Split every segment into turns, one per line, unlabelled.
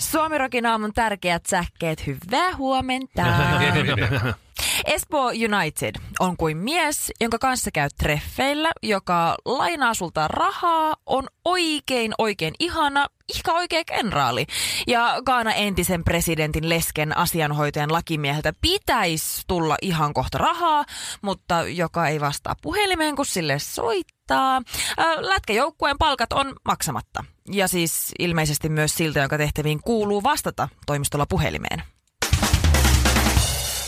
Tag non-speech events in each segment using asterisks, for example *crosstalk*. Suomirokin aamun tärkeät sähkeet, hyvää huomenta. Espoo United on kuin mies, jonka kanssa käy treffeillä, joka lainaa sulta rahaa, on oikein oikein ihana, ihka oikea kenraali. Ja Kaana entisen presidentin lesken asianhoitajan lakimieheltä pitäisi tulla ihan kohta rahaa, mutta joka ei vastaa puhelimeen, kun sille soittaa. Ää, Lätkäjoukkueen palkat on maksamatta. Ja siis ilmeisesti myös siltä, jonka tehtäviin kuuluu vastata toimistolla puhelimeen.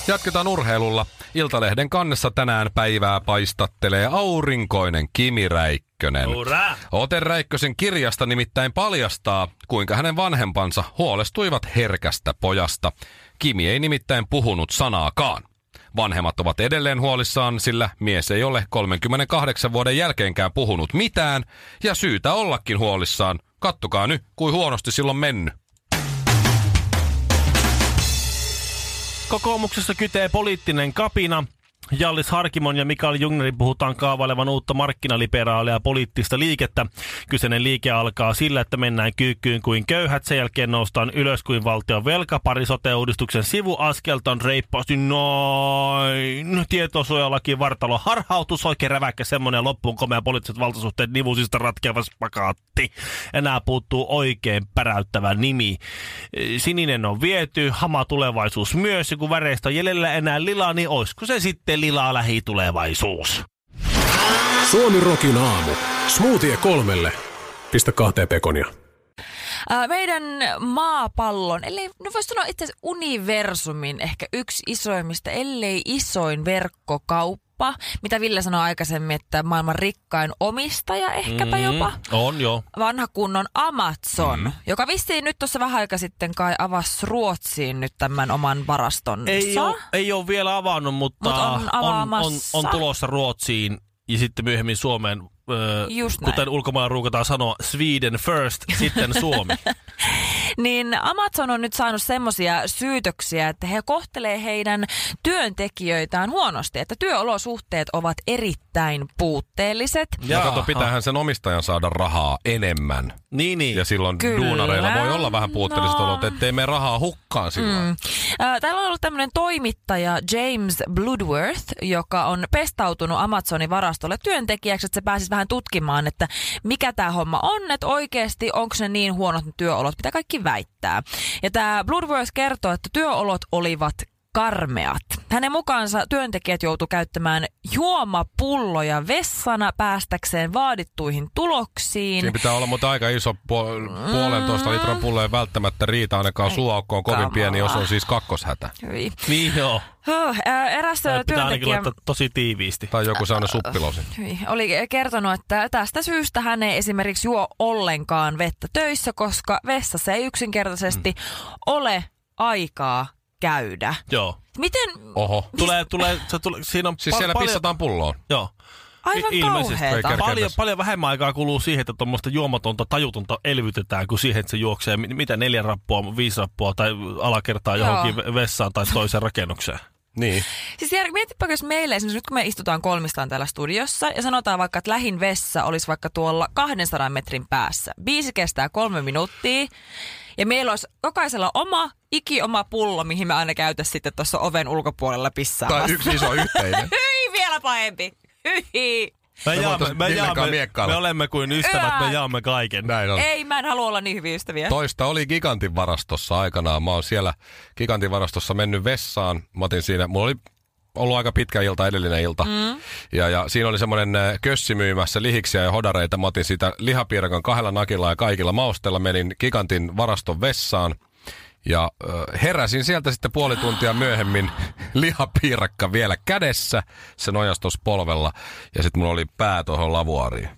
Jatketaan urheilulla. Iltalehden kannessa tänään päivää paistattelee aurinkoinen Kimi Räikkönen.
Ura!
Ote Räikkösen kirjasta nimittäin paljastaa, kuinka hänen vanhempansa huolestuivat herkästä pojasta. Kimi ei nimittäin puhunut sanaakaan. Vanhemmat ovat edelleen huolissaan, sillä mies ei ole 38 vuoden jälkeenkään puhunut mitään, ja syytä ollakin huolissaan. Kattokaa nyt, kuin huonosti silloin mennyt.
Kokoomuksessa kytee poliittinen kapina. Jallis Harkimon ja Mikael Jungnerin puhutaan kaavailevan uutta markkinaliberaalia poliittista liikettä. Kyseinen liike alkaa sillä, että mennään kyykkyyn kuin köyhät, sen jälkeen noustaan ylös kuin valtion velka. Pari sote-uudistuksen sivuaskelta on reippaasti noin. Tietosuojalaki No, vartalo harhautus, oikein räväkkä semmoinen loppuun komea poliittiset valtasuhteet nivusista ratkeava spakaatti. Enää puuttuu oikein päräyttävä nimi. E, Sininen on viety, hama tulevaisuus myös, ja kun väreistä on jäljellä enää lila, niin oisko se sitten lilaa lähitulevaisuus?
Suomi Rokin aamu. Smoothie kolmelle. Pistä kahteen pekonia.
Ää, Äh, Meidän maapallon, ellei, no voisi sanoa itse asiassa universumin ehkä yksi isoimmista, ellei isoin verkkokauppa, mitä Ville sanoi aikaisemmin, että maailman rikkain omistaja ehkäpä mm. jopa.
On joo.
Vanha kunnon Amazon, mm. joka vissiin nyt tuossa vähän aika sitten kai avasi Ruotsiin nyt tämän oman varastonsa.
Ei ole, ei ole vielä avannut, mutta
Mut on
on, on,
avaamassa.
on tulossa Ruotsiin ja sitten myöhemmin Suomeen, öö,
Just näin.
kuten ulkomailla ruukataan sanoa, Sweden first, sitten
*laughs*
Suomi.
niin Amazon on nyt saanut semmoisia syytöksiä, että he kohtelee heidän työntekijöitään huonosti, että työolosuhteet ovat erittäin puutteelliset.
Ja kato, pitäähän sen omistajan saada rahaa enemmän.
niin, niin.
Ja silloin
Kyllä.
Kyllä. duunareilla voi olla vähän puutteelliset
No.
no. olot, ettei mene rahaa hukkaan silloin. Mm.
Ö, Täällä on ollut tämmöinen toimittaja James Bloodworth, joka on pestautunut Amazonin varastolle työntekijäksi, että se pääsisi vähän tutkimaan, että mikä tämä homma on, että oikeasti onko ne niin huonot ne työolot, mitä kaikki väittää. Ja tämä Bloodworth kertoo, että työolot olivat karmeat. Hänen mukaansa työntekijät joutu käyttämään juomapulloja vessana päästäkseen vaadittuihin tuloksiin.
Siinä pitää olla mutta aika iso puol- puolentoista litran pullo ei välttämättä riitä ainakaan suuaukko on kovin
kamalaa.
pieni, jos on siis kakkoshätä.
Hyi.
Niin joo.
Huh, ö, Eräs
Tää Pitää ainakin
työntekijä...
laittaa tosi tiiviisti.
Tai joku sellainen suppilosi.
Hyi. oli kertonut, että tästä syystä hän ei esimerkiksi juo ollenkaan vettä töissä, koska vessassa ei yksinkertaisesti ole aikaa käydä.
Joo.
Miten?
Oho.
Tulee, tulee, se tulee, siinä on
Siis
pa-
siellä pissataan *laughs* pulloon.
Joo.
Aivan
I- ilmeisesti.
kauheeta.
Eikä-
Paljon,
Kerkeäpäs.
paljon vähemmän aikaa kuluu siihen, että tuommoista juomatonta, tajutonta elvytetään, kuin siihen, että se juoksee mi- mitä neljä rappua, viisi rappua tai alakertaa
Joo.
johonkin ve- vessaan tai toiseen rakennukseen.
Niin.
Siis Jari, mietipä, jos meille esimerkiksi nyt kun me istutaan kolmistaan täällä studiossa ja sanotaan vaikka, että lähin vessa olisi vaikka tuolla 200 metrin päässä. Biisi kestää kolme minuuttia ja meillä olisi jokaisella oma, iki oma pullo, mihin me aina käytä sitten tuossa oven ulkopuolella pissaa.
Tai yksi iso yhteinen.
Hyi, vielä pahempi. Hyi.
Me,
Me
jaamme,
voitais
me,
Villen kanssa
jaamme,
miekkailla.
me olemme kuin ystävät, me jaamme kaiken.
Näin on.
Ei, mä en halua olla niin hyviä ystäviä.
Toista oli Gigantin varastossa aikanaan. Mä oon siellä Gigantin varastossa mennyt vessaan. Mä otin siinä, mulla oli ollut aika pitkä ilta, edellinen ilta. Mm. Ja, ja siinä oli semmoinen ö, kössi myymässä lihiksiä ja hodareita. Mä otin sitä lihapiirakan kahdella nakilla ja kaikilla mausteilla. Menin Gigantin varaston vessaan. Ja ö, heräsin sieltä sitten puoli tuntia myöhemmin *laughs* lihapiirakka vielä kädessä. Se nojasi tuossa polvella. Ja sitten mulla oli pää tuohon lavuaariin.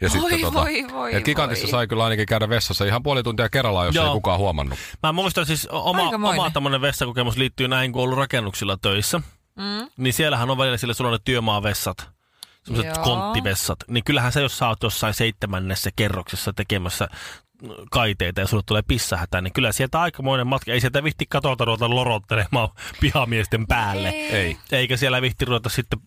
Ja
Voi,
sitten, tota,
voi, voi,
et gigantissa
voi.
sai kyllä ainakin käydä vessassa ihan puoli tuntia kerrallaan, jos Joo.
Joo.
ei kukaan huomannut.
Mä muistan siis oma,
Aikamoinen.
oma tämmöinen vessakokemus liittyy näihin, kun on ollut rakennuksilla töissä. Mm. Niin siellähän on välillä sillä sulla on ne työmaavessat. Semmoiset
Joo.
konttivessat. Niin kyllähän se, jos sä oot jossain seitsemännessä kerroksessa tekemässä kaiteita ja sulle tulee pissahätä, niin kyllä sieltä aikamoinen matka. Ei sieltä vihti katolta ruveta lorottelemaan pihamiesten päälle.
Ei.
Eikä siellä vihti ruveta sitten...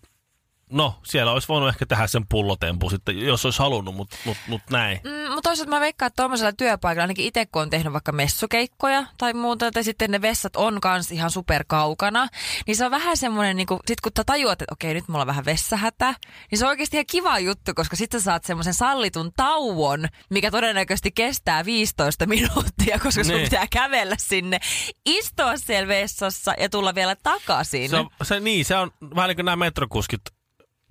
No, siellä olisi voinut ehkä tehdä sen pullotempun sitten, jos olisi halunnut, mutta mut, mut näin.
Mm, mutta toisaalta mä veikkaan, että tuommoisella työpaikalla, ainakin itse kun on tehnyt vaikka messukeikkoja tai muuta, tai sitten ne vessat on kans ihan superkaukana, niin se on vähän semmoinen, niin kun, sit kun sä tajuat, että okei, nyt mulla on vähän vessahätä, niin se on oikeasti ihan kiva juttu, koska sit sä saat semmoisen sallitun tauon, mikä todennäköisesti kestää 15 minuuttia, koska sun
Niin.
pitää kävellä sinne, istua siellä vessassa ja tulla vielä takaisin.
Se on, se, niin, se on vähän niin kuin nämä metrokuskit,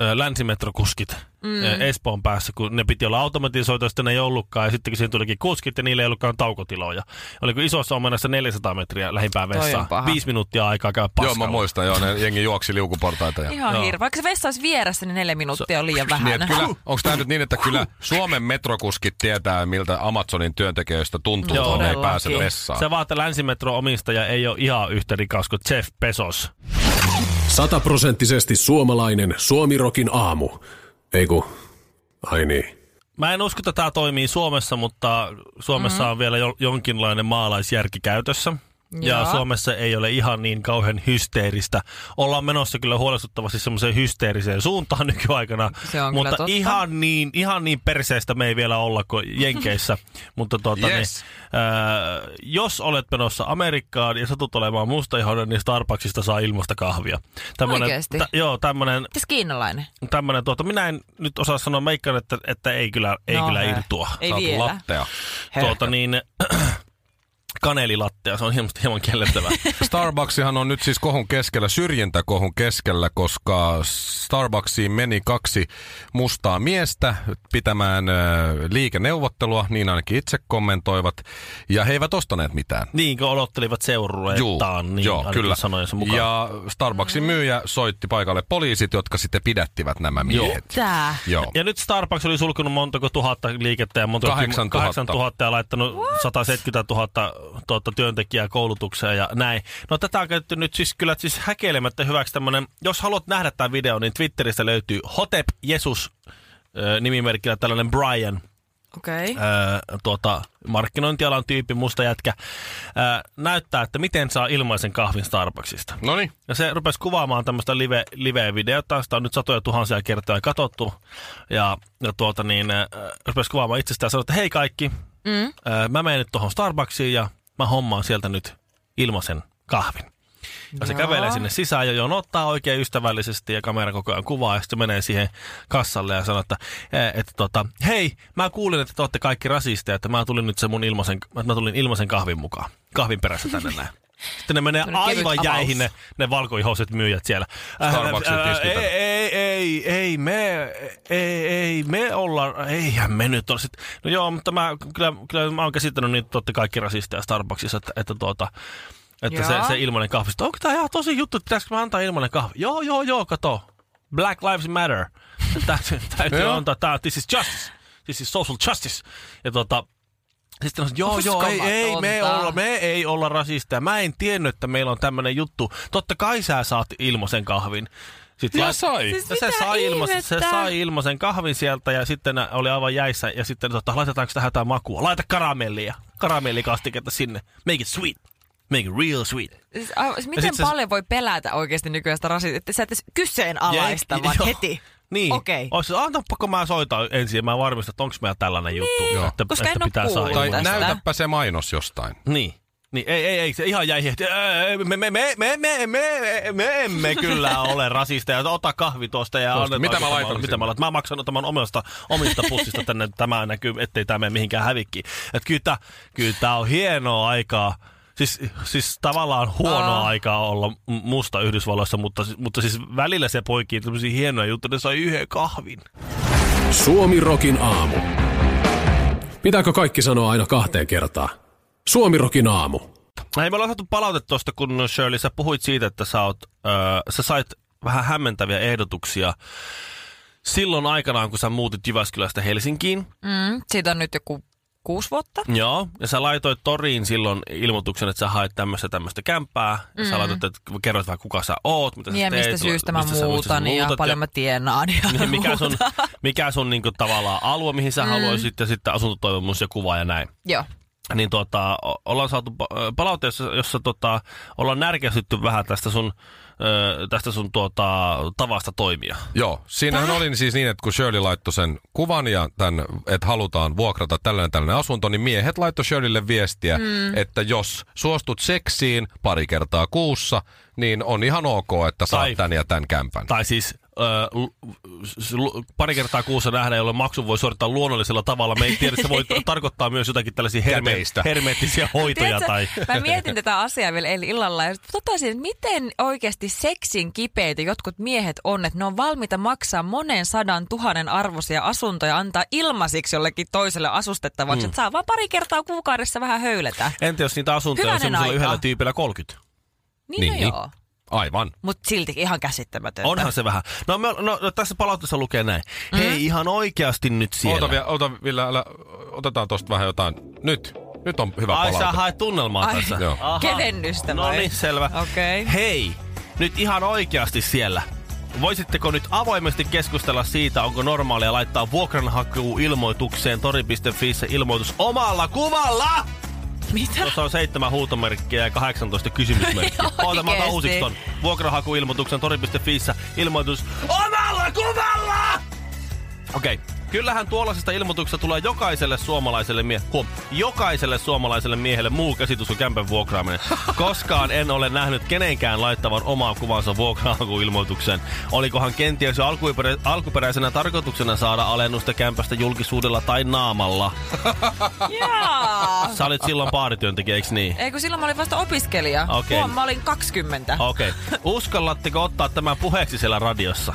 ö, länsimetrokuskit mm. Espoon päässä, kun ne piti olla automatisoitu, ja sitten ne ei ollutkaan, ja sitten kun siinä tulikin kuskit, ja niillä ei ollutkaan taukotiloja. Oliko isossa omenassa 400 metriä lähimpään
Toi on
vessaan?
paha.
Viisi minuuttia aikaa käydä
Joo,
paskalla.
mä muistan, joo, ne jengi juoksi liukuportaita. Ja...
Ihan
Joo.
hirveä. Vaikka se vessa olisi vieressä, niin neljä minuuttia on liian vähän.
Niin, että kyllä, onko tämä nyt niin, että kyllä Suomen metrokuskit tietää, miltä Amazonin työntekijöistä tuntuu,
Joo.
kun ne ei
Todellakin.
pääse vessaan.
Se vaan, että länsimetron omistaja ei ole ihan yhtä rikas kuin Jeff Bezos.
Sataprosenttisesti suomalainen Suomirokin aamu. Eiku, ai niin.
Mä en usko, että tämä toimii Suomessa, mutta Suomessa
Mhm.
mm-hmm. on vielä jo, jonkinlainen maalaisjärki käytössä. Ja
Joo.
Suomessa ei ole ihan niin kauhean hysteeristä. Ollaan menossa kyllä huolestuttavasti semmoiseen hysteeriseen suuntaan *laughs* nykyaikana.
Se on kyllä
mutta
totta.
Ihan, niin, ihan niin perseestä me ei vielä olla kuin
*laughs*
Jenkeissä. mutta tuota,
Yes.
niin, äh, jos olet menossa Amerikkaan ja satut olemaan mustaihoinen, niin Starbucksista saa ilmasta kahvia. Tämmönen-
Oikeesti?
tä- joo, tämmöinen
Mitäs kiinalainen?
tämmöinen tuota, minä en nyt osaa sanoa meikkaan, että, että ei kyllä, ei
No,
no, kyllä
hä.
irtoa.
Ei
Saat
vielä.
lattea.
Tuota niin, *clears throat* kanelilattea, se on hieman, hieman kellettävää.
Starbucksihan on nyt siis kohun keskellä, syrjintäkohun keskellä, koska Starbucksiin meni kaksi mustaa miestä pitämään ö, liikeneuvottelua, niin ainakin itse kommentoivat, ja he eivät ostaneet mitään.
niin kuin odottelivat seurueettaan, niin
joo,
ainakin
kyllä.
sanojensa mukaan.
Ja Starbucksin myyjä soitti paikalle poliisit, jotka sitten pidättivät nämä miehet.
Tää.
Joo.
Ja nyt Starbucks oli sulkenut montako tuhatta liikettä ja montako
8000.
8000 ja laittanut What? 170 000 tuota, työntekijää koulutukseen ja näin. No tätä on käytetty nyt siis kyllä siis häkeilemättä hyväksi tämmönen, jos haluat nähdä tämän videon, niin Twitteristä löytyy Hotep Jesus ö, nimimerkillä tällainen Brian,
Okei. Okay.
öö, tuota, markkinointialan tyyppi, musta jätkä, öö, näyttää, että miten saa ilmaisen kahvin Starbucksista.
No niin.
Ja se rupesi kuvaamaan tämmöistä live, live-videota, sitä on nyt satoja tuhansia kertoja katsottu. Ja, ja tuota niin, äh, rupesi kuvaamaan itsestään ja sanoi, että hei kaikki, mm. äh, mä menen nyt tuohon Starbucksiin ja mä hommaan sieltä nyt ilmaisen kahvin. Ja se
Joo.
kävelee sinne sisään ja jonottaa oikein ystävällisesti ja kamera koko ajan kuvaa ja sitten menee siihen kassalle ja sanoo, että, eh, että tota, hei, mä kuulin, että te olette kaikki rasisteja, että mä tulin nyt se mun ilmaisen, mä tulin ilmaisen kahvin mukaan, kahvin perässä tänne
*laughs*
näin. Sitten ne menee
Tämmönen kevyt
aivan
avaus.
jäihin ne, ne valkoihoiset myyjät siellä. Äh,
Starbucksin
äh,
tiskiltä.
ei, ei, ei, ei, me, ei, ei, me ollaan, eihän me nyt ole. Sitten, no joo, mutta mä, kyllä, kyllä mä oon käsittänyt niitä totta kaikki rasisteja Starbucksissa, että, että tuota, että se,
Joo.
se ilmainen kahvi. Sitten, onko tämä ihan tosi juttu, että pitäisikö mä antaa ilmainen kahvi? Joo, joo, joo, kato. Black Lives Matter. *laughs* Täytyy, täytyy
Joo.
antaa tämä. This is justice. This is social justice. Ja tota, sitten on, joo, joo, ei,
Uskomatonta.
ei, me, olla, me ei olla rasisteja. Mä en tiennyt, että meillä on tämmöinen juttu. Totta kai sä saat ilmaisen kahvin. Sitten lait-
sai.
Siis
ja se
mitä
sai, ilmaisen, se
ihmettä?
sai ilmaisen kahvin sieltä ja sitten nää oli aivan jäissä. Ja sitten tota, laitetaanko tähän jotain makua? Laita karamellia. Karamellikastiketta sinne. Make it sweet. Make it real sweet.
Siis, a- siis Miten
sit se-
paljon voi pelätä oikeasti nykyään sitä rasismia? Että sä et edes kyseenalaista,
Jei-
vaan
joo.
heti.
*laughs* Niin.
Okei.
Olisi, antapako mä soitan ensin ja mä varmistan, että onko meillä tällainen juttu.
Joo.
Että,
Niin. Koska en
että
oo
pitää saa
kuullut.
ilmaisen.
Tai
Tästä.
näytäpä se mainos jostain.
Niin. Niin, ei, ei, ei, se ihan jäi heti. Ää, Me, me, me, me, me, me, me emme kyllä ole rasisteja. Ota kahvi tuosta ja
Tuosta.
annetaan
Mitä mä
tämän-
laitan
Mitä
sinne?
mä laitan? Mä maksan tämän omasta, omista pussista tänne. Tämä näkyy, ettei tämä mene mihinkään hävikkiin. Et kyllä, tää- kyllä tämä on hienoa aikaa. Siis, siis tavallaan huonoa
Aa.
aikaa olla m- musta Yhdysvalloissa, mutta, mutta siis välillä se poikii tämmöisiä hienoja juttuja. Ne sai yhden kahvin.
Suomirokin aamu. Pitääkö kaikki sanoa aina kahteen kertaan? Suomirokin aamu.
Hei, me ollaan saatu palautetta tuosta, kun Shirley, sä puhuit siitä, että sä, oot, öö, sä sait vähän hämmentäviä ehdotuksia silloin aikanaan, kun sä muutit Jyväskylästä Helsinkiin,
Mm, siitä on nyt joku kuusi vuotta.
Joo, ja sä laitoit toriin silloin ilmoituksen, että sä haet tämmöistä tämmöistä kämppää. Mm. Ja sä laitoit, että kerrot vähän kuka sä oot, mitä sä
Niin, ja
teet.
mistä syystä mä
mistä sä- mistä sä
muutan ja
muutat
paljon mä tienaan ja
niin, *laughs* mikä sun,
muuta.
mikä sun niinku tavallaan alue, mihin sä mm. haluaisit, ja sitten asuntotoivomus ja kuva ja näin.
Joo.
Niin tota, o- ollaan saatu pa- palautteessa, jossa tota, ollaan närkästytty vähän tästä sun, ö, tästä sun tuota, tavasta toimia.
Joo, siinähän oli siis niin, että kun Shirley laittoi sen kuvan ja tämän, että halutaan vuokrata tällainen tällainen asunto, niin miehet laittoi Shirleylle viestiä, mm. että jos suostut seksiin pari kertaa kuussa, niin on ihan ok, että saat
Tai-
tämän ja tämän kämpän.
Tai siis ö, l- s- l- pari kertaa kuussa nähdään, jolloin maksun voi suorittaa luonnollisella tavalla. Me ei tiedä, se
*laughs*
voi ta- tarkoittaa myös jotakin tällaisia herme-
Käteistä.
hermeettisiä hoitoja.
Tiedätkö,
tai...
Mä mietin tätä asiaa vielä eilen illalla ja totesin, että miten oikeasti seksin kipeitä jotkut miehet on, että ne on valmiita maksaa monen sadan tuhannen arvoisia asuntoja antaa ilmaisiksi jollekin toiselle asustettavaksi, mm. että saa vaan pari kertaa kuukaudessa vähän höylätä.
Entä jos niitä asuntoja on
Hyvänen
semmoisella
aika.
yhdellä tyypillä 30?
Niin, niin.
Niin.
joo.
Aivan.
Mutta silti ihan käsittämätöntä.
Onhan se vähän. No, me, no no, tässä palautteessa lukee näin. Mm. Hei, ihan oikeasti nyt siellä.
Ota, vielä, ota vielä, älä, otetaan tosta vähän jotain. Nyt, nyt on hyvä
Ai sä
palaute.
haet tunnelmaa
Ai.
tässä.
Joo.
Aha.
Kevennystä
No
vai?
niin, selvä.
Okei.
Hei, nyt ihan oikeasti siellä. Voisitteko nyt avoimesti keskustella siitä, onko normaalia laittaa vuokranhaku ilmoitukseen tori.fiissä ilmoitus omalla kuvalla?
*laughs* Mitä?
Tuossa on seitsemän huutomerkkiä ja 18 kysymysmerkkiä.
Oikeesti?
Oota, mä otan uusiksi ton. Vuokrahakuilmoituksen tori.fiissä ilmoitus omalla kuvalla! Okei. Okay. Kyllähän tuollaisesta ilmoituksesta tulee jokaiselle suomalaiselle mie- huom, jokaiselle suomalaiselle miehelle muu käsitys kuin kämpen vuokraaminen. Koskaan en ole nähnyt kenenkään laittavan omaa kuvansa vuokrahakuilmoitukseen. Olikohan kenties jo alkuperä- alkuperäisenä tarkoituksena saada alennusta kämpästä julkisuudella tai naamalla?
Jaa.
Sä olit silloin baarityöntekijä, eiks niin?
Ei kun silloin mä olin vasta opiskelija.
Okei.
Huom, mä olin 20.
Okei. Okay. Uskallatteko ottaa tämän puheeksi siellä radiossa?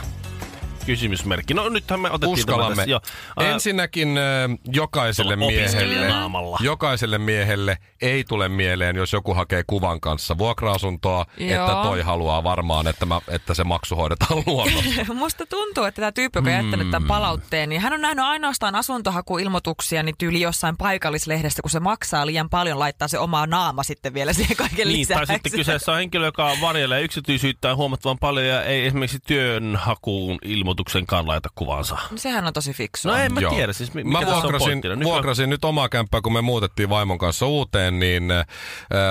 Kysymysmerkki. No nythän me otettiin tämä
Uskallamme.
tässä. Joo. Ää,
Ensinnäkin ö, jokaiselle
Tuolla
miehelle,
opiskelijanaamalla.
jokaiselle miehelle ei tule mieleen, jos joku hakee kuvan kanssa vuokra-asuntoa,
Joo.
että toi haluaa varmaan, että, mä, että se maksu hoidetaan
*laughs*
luonnossa.
Musta tuntuu, että tämä tyyppi, joka on jättänyt
Mm.
tämän palautteen, niin hän on nähnyt ainoastaan asuntohakuilmoituksia niin tyyli jossain paikallislehdestä, kun se maksaa liian paljon, laittaa se omaa naama sitten vielä siihen kaiken
Niin, tai
lisäksi.
sitten
*laughs*
kyseessä on henkilö, joka varjelee yksityisyyttään huomattavan paljon ja ei esimerkiksi työnhakuun ilmoituksenkaan laita kuvansa.
No Sehän on tosi fiksua.
No en mä tiedä, siis mi- mikä
mä
tässä on
vuokrasin,
pointtina?
nyt
Nyt mä-
vuokrasin nyt omaa kämppää, kun me muutettiin vaimon kanssa uuteen, niin äh,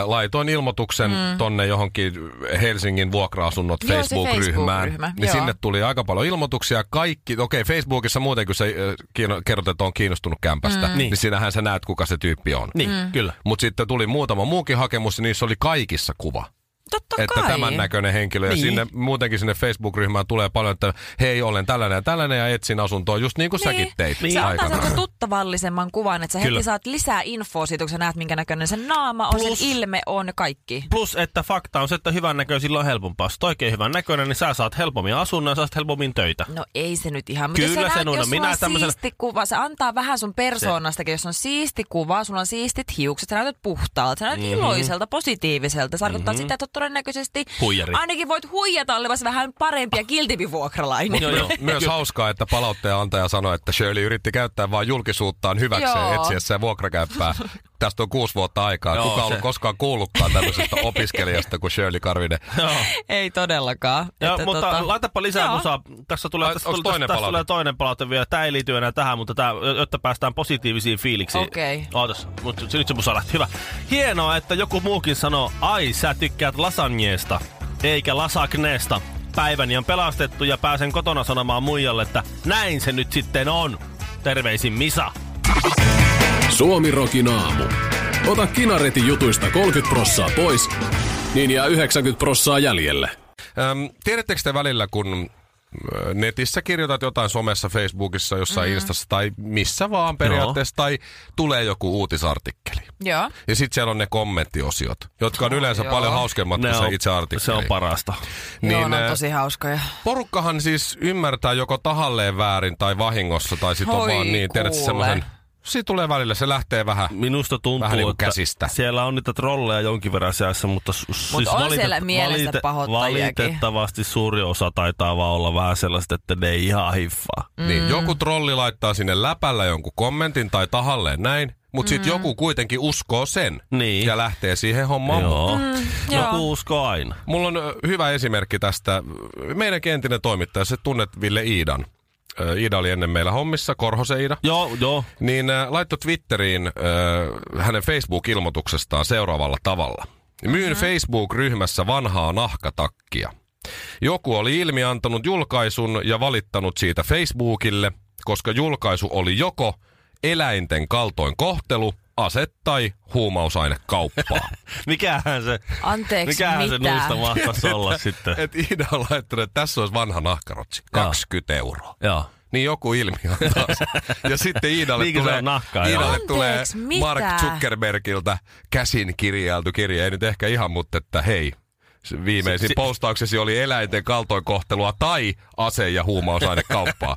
laitoin ilmoituksen mm. tonne johonkin Helsingin vuokra-asunnot
Joo, se
Facebook-ryhmään.
Facebook-ryhmä,
niin
joo.
sinne tuli aika paljon ilmoituksia. Kaikki, okei, Facebookissa muuten, kun sä äh, kiinno- kerrot, että on kiinnostunut kämpästä, mm. niin
Niin.
sinähän sä näet, kuka se tyyppi on.
Niin, mm. kyllä.
Mutta sitten tuli muutama muukin hakemus, ja niissä oli kaikissa kuva.
Totta
Että
kai.
tämän näköinen henkilö. Niin. Ja
Niin.
sinne, muutenkin sinne Facebook-ryhmään tulee paljon, että hei, olen tällainen ja tällainen ja etsin asuntoa, just niin kuin säkin teit
Se antaa
aikanaan.
sellaisen tuttavallisemman kuvan, että sä
Kyllä.
heti saat lisää infoa siitä, kun sä näet, minkä näköinen sen naama on,
Plus-
sen ilme on, kaikki.
Plus, että fakta on se, että hyvän näköisillä on helpompaa. Jos oot oikein hyvän näköinen, niin sä saat helpommin asunnon ja sä saat helpommin töitä.
No ei se nyt ihan. Mutta
Kyllä
jos sä
se
näet,
on.
jos
Minä
sulla on
tämmöisenä-
siisti kuva, se antaa vähän sun persoonastakin. Jos on siisti kuva, sulla on siistit hiukset, sä näytät puhtaalta, sä
Mhm.
näytät mm-hmm. iloiselta, positiiviselta. Se tarkoittaa mm-hmm. sitä, että oot todennäköisesti
Huijari.
ainakin voit huijata olevasi vähän parempi ja kiltimpi vuokralainen.
Joo, joo.
No, Myös hauskaa, että palautteen antaja sanoi, että Shirley yritti käyttää vain julkisuuttaan hyväkseen
Joo.
etsiessään vuokrakäyppää. Tästä on kuusi vuotta aikaa.
Joo,
Kuka on
se-
ollut koskaan kuullutkaan tämmöisestä opiskelijasta kuin Shirley Karvinen?
Joo.
*laughs* ei todellakaan.
Joo,
Että
mutta
tota-
tota... laitapa lisää
Joo.
Joo. musaa. Tässä tulee,
Ai,
tässä,
onks
tulee,
toinen
tässä, tässä
palaute?
tulee toinen palaute vielä. Tämä ei liity enää tähän, mutta tää, jotta päästään positiivisiin fiiliksiin.
Okei.
Ootas, mutta nyt se musa lähti. Hyvä. Hienoa, että joku muukin sanoo, ai sä tykkäät lasagneesta, eikä lasagneesta. Päiväni on pelastettu ja pääsen kotona sanomaan muijalle, että näin se nyt sitten on. Terveisin Misa.
Suomi Rokin aamu. Ota kinaretin jutuista 30 prossaa pois, niin jää 90 prossaa jäljelle.
Öm, tiedättekö te välillä, kun ö, netissä kirjoitat jotain somessa, Facebookissa, jossain mm. Instassa tai missä vaan periaatteessa, tai tulee joku uutisartikkeli.
Joo.
Ja sitten siellä on ne kommenttiosiot, jotka on yleensä
Ah, joo.
paljon hauskemmat kuin
Ne
se
on-
itse artikkeli.
Se on parasta.
Niin, joo, ne
äh,
ö,
on tosi hauskoja.
Porukkahan siis ymmärtää joko tahalleen väärin tai vahingossa, tai sitten on
Hoi,
vaan niin, tiedätkö
kuule.
semmoisen siitä tulee välillä, se lähtee vähän.
Minusta tuntuu,
Vähän niinku
että
käsistä.
siellä on niitä trolleja jonkin verran säässä, mutta s- siis
on siellä mielensä pahoittajiakin.
valitettavasti suuri osa taitaa vaan olla vähän sellaiset, että ne ei ihan hiffaa.
Mm. Niin, joku trolli laittaa sinne läpällä jonkun kommentin tai tahalleen näin, mutta
Mm.
sitten joku kuitenkin uskoo sen
Niin.
ja lähtee siihen hommaan.
Joo. Mm,
joo.
Joku uskoo aina.
Mulla on ö, hyvä esimerkki tästä. Meidän entinen toimittaja, se tunnet Ville Iidan. Ö, Iida oli ennen meillä hommissa, Korhosen Iida.
Joo, joo.
Niin ö, laittoi Twitteriin ö, hänen Facebook-ilmoituksestaan seuraavalla tavalla. Myyn Facebook-ryhmässä vanhaa nahkatakkia. Joku oli ilmiantanut julkaisun ja valittanut siitä Facebookille, koska julkaisu oli joko eläinten kaltoinkohtelu, ase tai huumausainekauppaa.
Mikähän se,
Anteeksi,
mikähän se
mitä?
nuista *laughs* mahtaisi olla sitten?
Et Iida on laittanut, että tässä olisi vanha nahkarotsi.
Joo.
20 euroa.
Joo.
Niin joku ilmiö taas. Ja sitten Iidalle
Niinkö se
tulee,
on nahkaa, joo.
Iidalle
Anteeksi,
tulee
mitä?
Mark Zuckerbergiltä käsin kirjailtu kirje. Ei nyt ehkä ihan, mutta että hei. se Viimeisin
Si- si-
postauksesi oli eläinten kaltoinkohtelua tai ase- ja *laughs* huumausainekauppaa.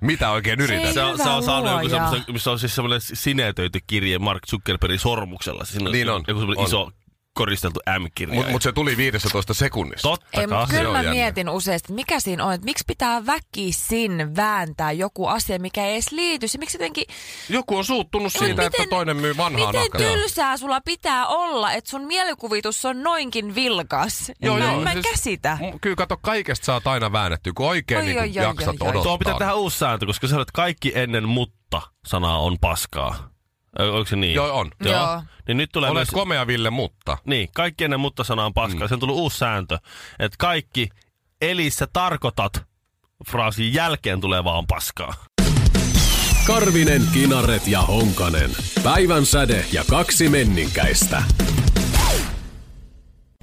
Mitä oikein yrität?
Se on, se
Hyvä
on saanut joku
luoja.
semmoisen, missä on siis semmoinen sinetöity kirje Mark Zuckerbergin sormuksella. Siinä on
Niin on,
Joku semmoinen
on.
iso koristeltu M-kirja.
Mutta mut se tuli 15 sekunnissa.
Totta
Ei,
kai.
mutta
se
kyllä
on
mä
jännä.
mietin useasti, että mikä siinä on, että miksi pitää väkisin vääntää joku asia, mikä ei edes liity. Se, miksi jotenkin,
Joku on suuttunut
No
siitä, että
miten-
toinen myy vanhaa
miten
nahkaa.
tylsää sulla pitää olla, että sun mielikuvitus on noinkin vilkas. mä, en- mä en
siis-
käsitä.
M- Kyllä kato, kaikesta saat aina väännettyä, kun oikein
Oi,
niin
oi, oi,
jaksat
oi, oi.
odottaa.
Tuo pitää tehdä uusi sääntö, koska sä olet kaikki ennen mutta sanaa on paskaa. Ö, Oliko se niin?
Joo, on.
Joo.
Niin nyt tulee
Olet
myös...
komea, Ville, mutta.
Niin, kaikki ennen mutta sanaa on paskaa. Mm. Se on tullut uusi sääntö, että kaikki elissä tarkoitat fraasin jälkeen tulee vaan paskaa.
Karvinen, Kinaret ja Honkanen. Päivän säde ja kaksi menninkäistä.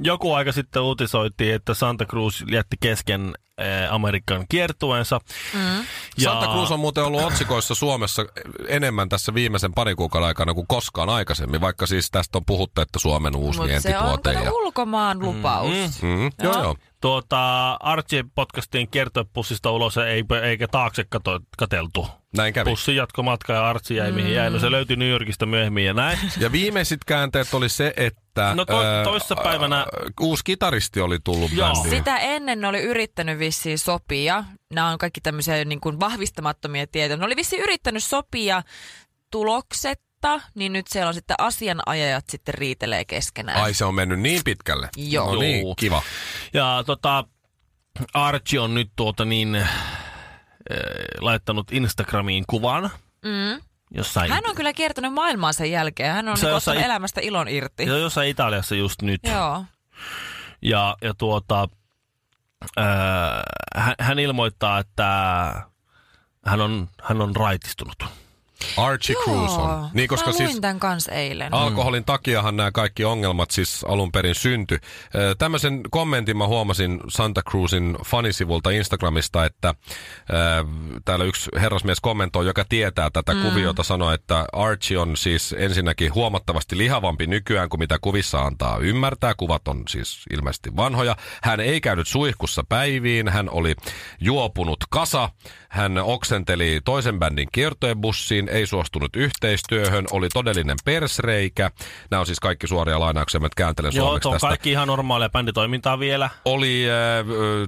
Joku aika sitten uutisoitiin, että Santa Cruz jätti kesken eh, Amerikan kiertueensa. Mm.
Ja... Santa Cruz on muuten ollut otsikoissa Suomessa enemmän tässä viimeisen parin kuukauden aikana kuin koskaan aikaisemmin, vaikka siis tästä on puhuttu, että Suomen uusi
Mutta se on
vientituote.
kato,
ja...
ulkomaan lupaus. Mm,
Mm, joo, joo.
Tuota, Archie podcastiin kertopussista ulos ja ei, eikä taakse kato, kateltu.
Näin kävi.
Pussi jatkomatka ja Archie jäi mihin jäi. No
Mm.
se löytyi New Yorkista myöhemmin
*laughs*
ja näin.
Ja viimeiset käänteet oli se, että
No to-
ö,
toissa päivänä-
ö, uusi kitaristi oli tullut
Joo.
bändiin.
Sitä ennen ne oli yrittänyt vissiin sopia. Nämä on kaikki tämmöisiä niin kuin vahvistamattomia tietoja. Ne oli vissiin yrittänyt sopia tuloksetta, niin nyt siellä on sitten asianajajat sitten riitelee keskenään.
Ai se on mennyt niin pitkälle.
Joo.
No niin,
Juu.
kiva.
Ja tota, Archie on nyt tuota niin, äh, laittanut Instagramiin kuvan. Mm. Jossain,
Hän on kyllä kiertänyt maailmaa sen jälkeen. Hän on
Se
niin
on
ottanut
jossain-
elämästä ilon irti.
jo- jossain Italiassa just nyt.
Joo.
Ja, ja tuota, äh, hän, hän, ilmoittaa, että hän on, hän on raitistunut.
Archie Cruz on.
Niin, koska Mä luin
siis
tämän kanssa eilen.
Mm. Alkoholin takiahan nämä kaikki ongelmat siis alun perin synty. Ö, Tämmöisen kommentin mä huomasin Santa Cruzin fanisivulta Instagramista, että ö, täällä yksi herrasmies kommentoi, joka tietää tätä mm. kuviota, sanoi, että Archie on siis ensinnäkin huomattavasti lihavampi nykyään kuin mitä kuvissa antaa ymmärtää. Kuvat on siis ilmeisesti vanhoja. Hän ei käynyt suihkussa päiviin, hän oli juopunut kasa, hän oksenteli toisen bändin kiertoebussiin, ei suostunut yhteistyöhön, oli todellinen persreikä. Nämä on siis kaikki suoria lainauksia, mä nyt kääntelen
Joo,
suomeksi
se on
tästä.
kaikki ihan normaalia bänditoimintaa vielä.
Oli äh, äh,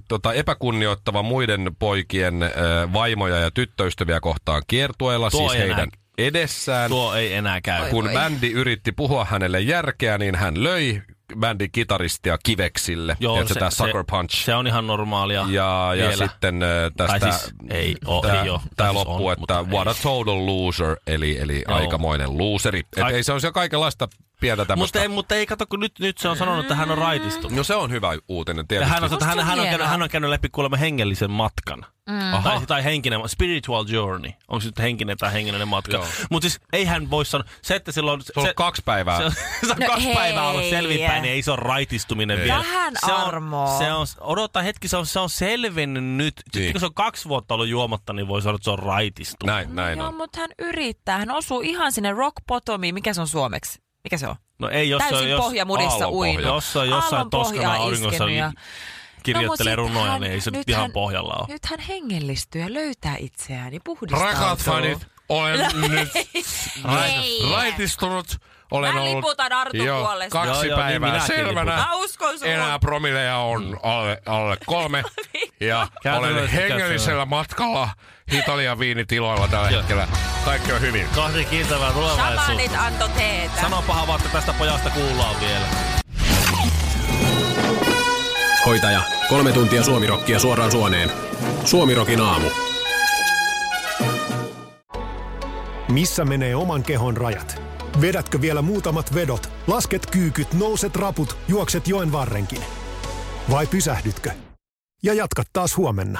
tota, epäkunnioittava muiden poikien äh, vaimoja ja tyttöystäviä kohtaan kiertueella,
Tuo
siis
ei enää-
heidän edessään.
Tuo ei enää käy.
Kun
voi.
bändi yritti puhua hänelle järkeä, niin hän löi bändin kitaristia kiveksille. Joo, Tiedätkö, se, tämä Sucker Punch.
Se on ihan normaalia
Ja, ja
vielä.
sitten ö, tästä...
Tai siis ei oo,
tää,
ei oo. Tai
Tää
siis
loppuu,
on,
että
mutta
what
ei.
a total loser, eli, eli
Joo.
aikamoinen looseri. Et
Ai-
ei se on se kaikenlaista pientä
Mutta
tämmöistä.
ei, mutta ei kato, kun nyt, nyt se on sanonut, että hän on raitistunut.
Mm.
No se on hyvä uutinen
Ja
tietysti.
hän on,
Musta
hän,
on
hän, on käynyt,
hienoa.
hän on käynyt läpi kuulemma hengellisen matkan. Mm. Tai, tai henkinen, spiritual journey. Onko se nyt henkinen tai hengellinen matka?
Joo.
Mutta siis eihän voi sanoa, se että silloin... Se,
se on ollut kaksi päivää.
se on, se on
No
kaksi
hei.
päivää ollut selvinpäin, niin ei se ole raitistuminen vielä.
Vähän
se on,
armoa.
Se on, odota hetki, se on, se on selvinnyt nyt. Sitten
Niin.
kun se on kaksi vuotta ollut juomatta, niin voi sanoa, että se on raitistunut.
Näin, näin
Joo,
on.
mutta hän yrittää. Hän osuu ihan sinne rock bottomiin. Mikä se on suomeksi? Mikä se on?
No ei, jos se on,
Täysin
jos,
pohjamudissa
aallonpohja.
uinut.
jossain, jossain
Aallon pohjaa
Toskana auringossa niin
iskenyt ja-
kirjoittelee
No, mut sit
runoja,
hän-
niin ei se nyt
nyt
ihan
hän-
pohjalla ole.
Nyt hän hengellistyy ja löytää itseään ja puhdistautuu. *laughs*
Rakat fanit, Olen
No
nyt
ei.
rai- raitistunut. Olen
Mä
ollut
liputan Artun
joo,
puolesta.
Joo, joo,
kaksi
niin
päivää
minäkin
selvänä.
liputan.
Mä uskon sun.
Enää promileja on alle, alle kolme. Ja
Käy
olen
terveys-
hengellisellä matkalla Italian viinitiloilla tällä hetkellä. Kaikki on hyvin.
Kahden kiiltävää tulevaisuus.
Shamanit anto teetä.
Sanopahan vasta tästä pojasta kuullaan vielä.
Hoitaja, kolme tuntia suomirokkia suoraan suoneen. Suomirokin aamu.
Missä menee oman kehon rajat? Vedätkö vielä muutamat vedot? Lasket kyykyt, nouset raput, juokset joen varrenkin. Vai pysähdytkö? Ja jatka taas huomenna.